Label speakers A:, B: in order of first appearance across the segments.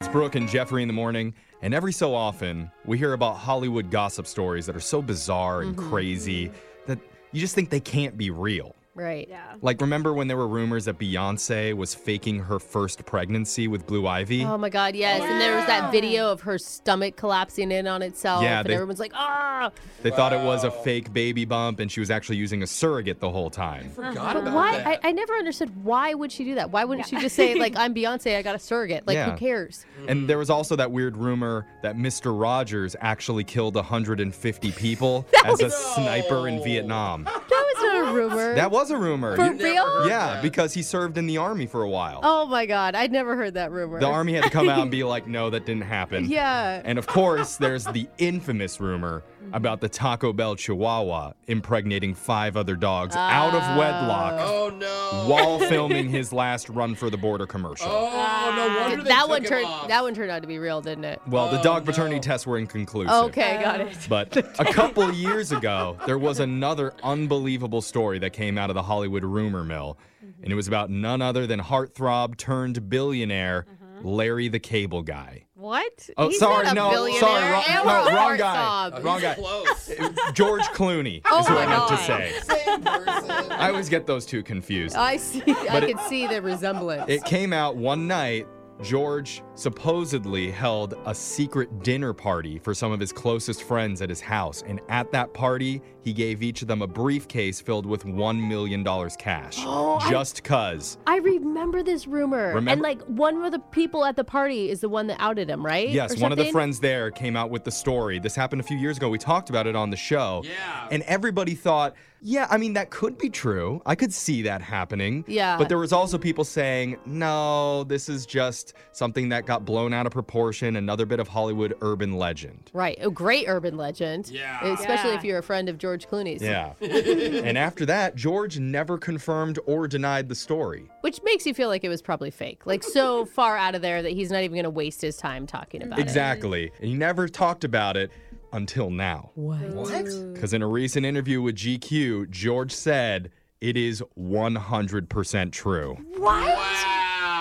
A: It's Brooke and Jeffrey in the morning, and every so often we hear about Hollywood gossip stories that are so bizarre and
B: Mm-hmm.
A: crazy that you just think they can't be real.
B: Right.
C: Yeah.
A: Like, remember when there were rumors that Beyonce was faking her first pregnancy with Blue Ivy?
B: Oh my God, yes. And there was that video of her stomach collapsing in on itself.
A: Yeah,
B: and
A: they-
B: everyone's like, ah.
A: they thought it was a fake baby bump, and she was actually using a surrogate the whole time.
D: Forgot
B: But
D: about
B: Uh-huh. why?
D: that.
B: I, I never understood why would she do that? Why wouldn't she just say, like, I'm Beyonce, I got a surrogate? Like,
A: Yeah.
B: who cares?
A: And there was also that weird rumor that Mr. Rogers actually killed 150 people as a sniper in
D: No.
A: Vietnam.
B: That was not a rumor.
A: That was a rumor.
B: For
A: You-
D: never
B: real?
D: heard
A: yeah,
D: that.
A: because he served in the army for a while.
B: Oh my God, I'd never heard that rumor.
A: The army had to come out and be like, no, that didn't happen.
B: Yeah.
A: And of course, there's the infamous rumor
D: Mm-hmm.
A: about the Taco Bell Chihuahua impregnating five other dogs out of wedlock
D: Oh no.
A: while filming his last Run for the Border commercial.
D: Oh no wonder they
B: that
D: took
B: one
D: him
B: turned
D: off. Uh,
B: that one turned out to be real, didn't it? Uh,
A: Well, the
D: Oh,
A: dog
D: no.
A: paternity tests were inconclusive.
B: Okay, got it.
A: But a couple years ago, there was another unbelievable story that came out of the Hollywood rumor mill,
D: Mm-hmm.
A: and it was about none other than heartthrob turned billionaire
D: Uh-huh.
A: Larry the Cable Guy.
B: What?
A: Oh,
B: He's
A: sorry,
B: not a
A: no,
B: billionaire.
A: sorry, wrong, no,
B: and we're
A: wrong
B: heart
A: guy,
B: sob.
D: He's
A: wrong guy.
D: Close.
A: George Clooney
B: Oh
A: is what I
B: my
A: meant to
B: God.
A: say.
D: Same person.
A: I always get those two confused.
B: I see. I
A: But it-
B: could see the resemblance.
A: It came out one night. George supposedly held a secret dinner party for some of his closest friends at his house. And at that party, he gave each of them a briefcase filled with $1 million cash.
B: Oh,
A: just cuz.
B: I remember this rumor. And
A: Remember-
B: like one of the people at the party is the one that outed him, right?
A: Yes,
B: Or
A: one of the
B: something?
A: friends there came out with the story. This happened a few years ago. We talked about it on the show.
D: Yeah.
A: And everybody thought, yeah, I mean, that could be true. I could see that happening.
B: Yeah.
A: But there was also people saying, no, this is just something that got blown out of proportion, another bit of Hollywood urban legend.
B: Right. A great urban legend.
D: Yeah.
B: Especially
C: Yeah.
B: if you're a friend of George Clooney's.
A: Yeah. and after that, George never confirmed or denied the story.
B: Which makes you feel like it was probably fake. Like so far out of there that he's not even going to waste his time talking about
A: Exactly. And he never talked about it until now.
B: it. What?
D: What?
A: Because in a recent interview with GQ, George said, it is 100% true.
D: Wow.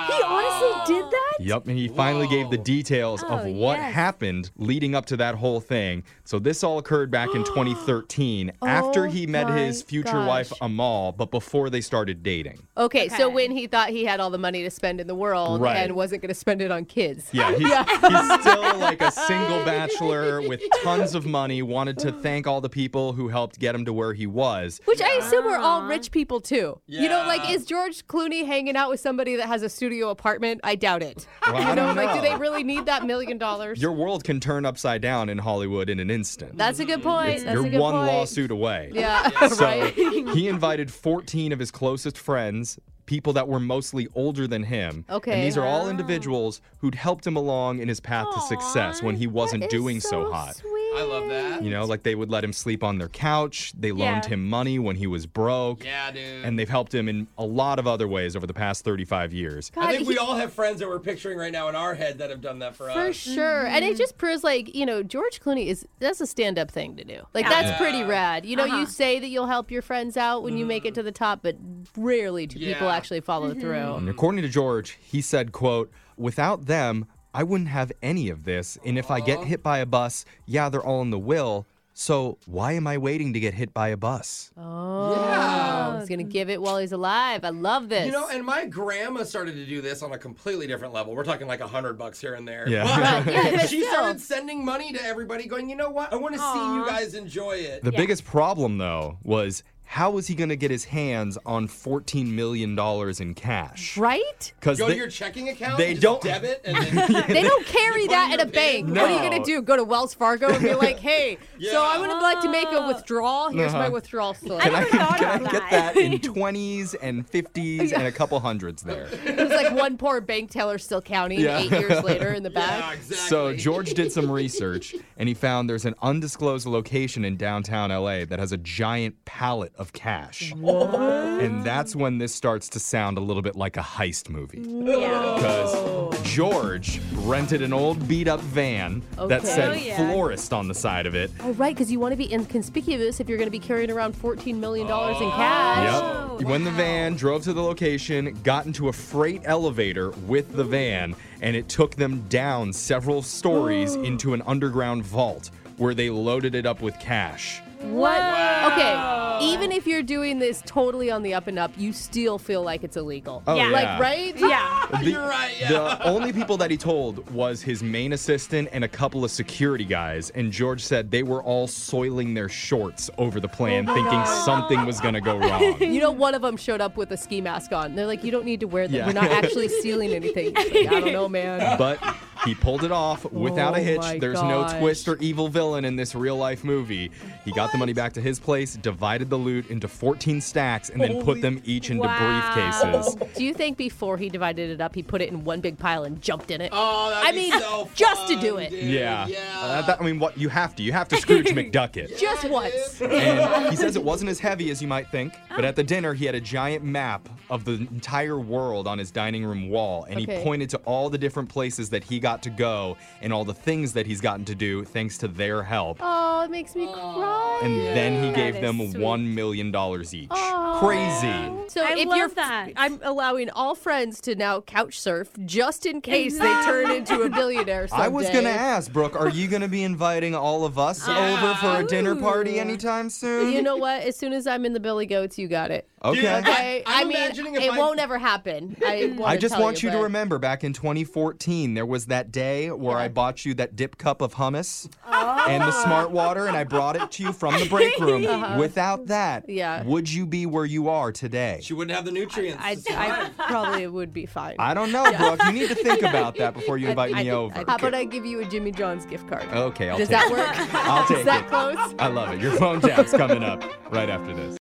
C: He honestly did that?
A: Yep, and he finally gave the
D: Whoa.
A: details of
C: Oh,
A: what
C: yes.
A: happened leading up to that whole thing. So this all occurred back in 2013 after
B: Oh
A: he met
B: my
A: his future
B: gosh.
A: wife Amal, but before they started dating.
B: Okay, so
C: Okay.
B: when he thought he had all the money to spend in the world
A: Right.
B: and wasn't going to spend it on kids.
A: Yeah, he's, he's still like a single bachelor with tons of money. Wanted to thank all the people who helped get him to where he was.
B: Which I assume we're all rich people too. You know, like
D: Yeah.
B: is George Clooney hanging out with somebody that has a studio apartment? I doubt it.
A: Well, I
B: you know,
A: don't
B: like do
A: know.
B: they really need that million dollars?
A: Your world can turn upside down in Hollywood in an instant.
B: That's a good point. That's
A: You're
B: a good
A: one
B: point.
A: lawsuit away.
B: Yeah,
A: So
B: right.
A: he invited 14 of his closest friends, people that were mostly older than him.
B: Okay.
A: And these are all individuals who'd helped him along in his path to success when he wasn't doing so, hot.
D: I love that.
A: You know, like they would let him sleep on their couch, they loaned
C: Yeah.
A: him money when he was broke.
D: Yeah, dude.
A: And they've helped him in a lot of other ways over the past 35 years.
D: I think we all have friends that we're picturing right now in our head that have done that for,
B: For
D: us.
B: sure. And it just proves like, you know, George Clooney is that's a stand up thing to do. Like that's pretty rad. You know, you say that you'll help your friends out when you make
A: Mm.
B: it to the top, but rarely do people
D: Yeah.
B: actually follow through.
A: And according to George, he said, quote, without them, I wouldn't have any of this. And if I get hit by a bus, yeah, they're all in the will. So why am I waiting to get hit by a bus?
B: Oh, he's gonna give it while he's alive. I love this.
D: You know, and my grandma started to do this on a completely different level. We're talking like a hundred bucks here and there.
A: Yeah.
D: But
B: Yeah, but
D: she
B: still.
D: started sending money to everybody, going, you know what? I want to see you guys enjoy it.
A: The biggest problem, though, was how was he going to get his hands on $14 million in cash?
B: right?
A: Because
D: Go to your checking account.
A: they
D: and just
A: don't-
D: debit and then.
B: They don't carry
D: You put
B: that at
D: it in
B: a
D: your pin?
B: bank. What are you
A: No.
B: gonna do? Go to Wells Fargo and be like, "Hey, so I would like to make a withdrawal. Here's my
A: Uh-huh.
B: withdrawal slip."
A: can
C: I
A: I,
C: never thought
A: can I
C: about
A: get
C: that.
A: that in 20s and 50s and a couple hundreds there?
B: There's like one poor bank teller still counting
A: Yeah.
B: eight years later in the
D: yeah,
B: back.
D: exactly.
A: So George did some research and he found there's an undisclosed location in downtown LA that has a giant pallet of cash. And that's when this starts to sound a little bit like a heist movie.
C: Yeah.
A: Because George rented an old beat up van that
B: Okay.
A: said
C: Oh, yeah.
A: florist on the side of it.
B: Oh, right, because you want to be inconspicuous if you're going to be carrying around $14 million in cash.
A: Yep. He went in the van, drove to the location, got into a freight elevator with the van, and it took them down several stories into an underground vault where they loaded it up with cash.
B: What? Okay, even if you're doing this totally on the up and up, you still feel like it's illegal.
A: Oh,
C: Yeah.
A: yeah.
B: Like, right?
C: Yeah.
A: The,
D: You're right, yeah.
A: the only people that he told was his main assistant and a couple of security guys. And George said they were all soiling their shorts over the
D: Oh
A: plan, thinking something was going to go wrong.
B: You know, one of them showed up with a ski mask on. They're like, you don't need to wear them.
A: Yeah.
B: We're not actually stealing anything. He's like, I don't know, man.
A: but he pulled it off without a
B: Oh
A: hitch.
B: my
A: There's
B: gosh.
A: no twist or evil villain in this real life movie. He got the money back to his place, divided the loot into 14 stacks, and then put them each into
C: Wow.
A: briefcases.
B: Do you think before he divided it up, he put it in one big pile and jumped in it?
D: Oh, that'd
B: I
D: be
B: mean,
D: so
B: just to
D: fun,
B: do it.
D: dude.
A: Yeah.
D: Yeah.
A: Uh, that- I mean, what you have to. You have to Scrooge McDuck it.
B: Just once.
A: And he says it wasn't as heavy as you might think, but at the dinner, he had a giant map of the entire world on his dining room wall, and
B: Okay.
A: he pointed to all the different places that he got to go and all the things that he's gotten to do thanks to their help.
B: Oh, it makes me cry.
A: and then he
C: That
A: gave
C: is
A: them
C: sweet.
A: $1 million each.
B: Aw.
A: Crazy.
B: So
C: I
B: if
C: love
B: you're,
C: that.
B: I'm allowing all friends to now couch surf just in case they turn into a billionaire someday.
A: I was going to ask, Brooke, are you going to be inviting all of us over for a dinner party
C: Ooh.
A: anytime soon?
B: You know what? As soon as I'm in the Billy Goats, you got it.
A: okay.
D: Dude, I-
B: I,
D: I'm
B: I mean,
D: imagining if
B: it
D: I-
B: won't ever happen. I, wanna
A: I just
B: tell
A: want you, to
B: but-
A: remember back in 2014, there was that day where I bought you that dip cup of hummus
B: Oh.
A: and the smart water, and I brought it to you from the break room. Without that,
B: Uh-huh. Yeah.
A: would you be where you are today?
D: She wouldn't have the nutrients.
B: I,
D: to
B: I
D: survive.
B: probably would be fine.
A: I don't know, Brooke. You need to think about that before you invite
B: I
A: me
B: think-
A: over.
B: How about I give you a Jimmy John's gift card?
A: Okay, I'll
B: Does
A: take
B: that
A: it.
B: work?
A: I'll
B: Is
A: take
B: that
A: it.
B: close?
A: I love it. Your phone tap's coming up right after this.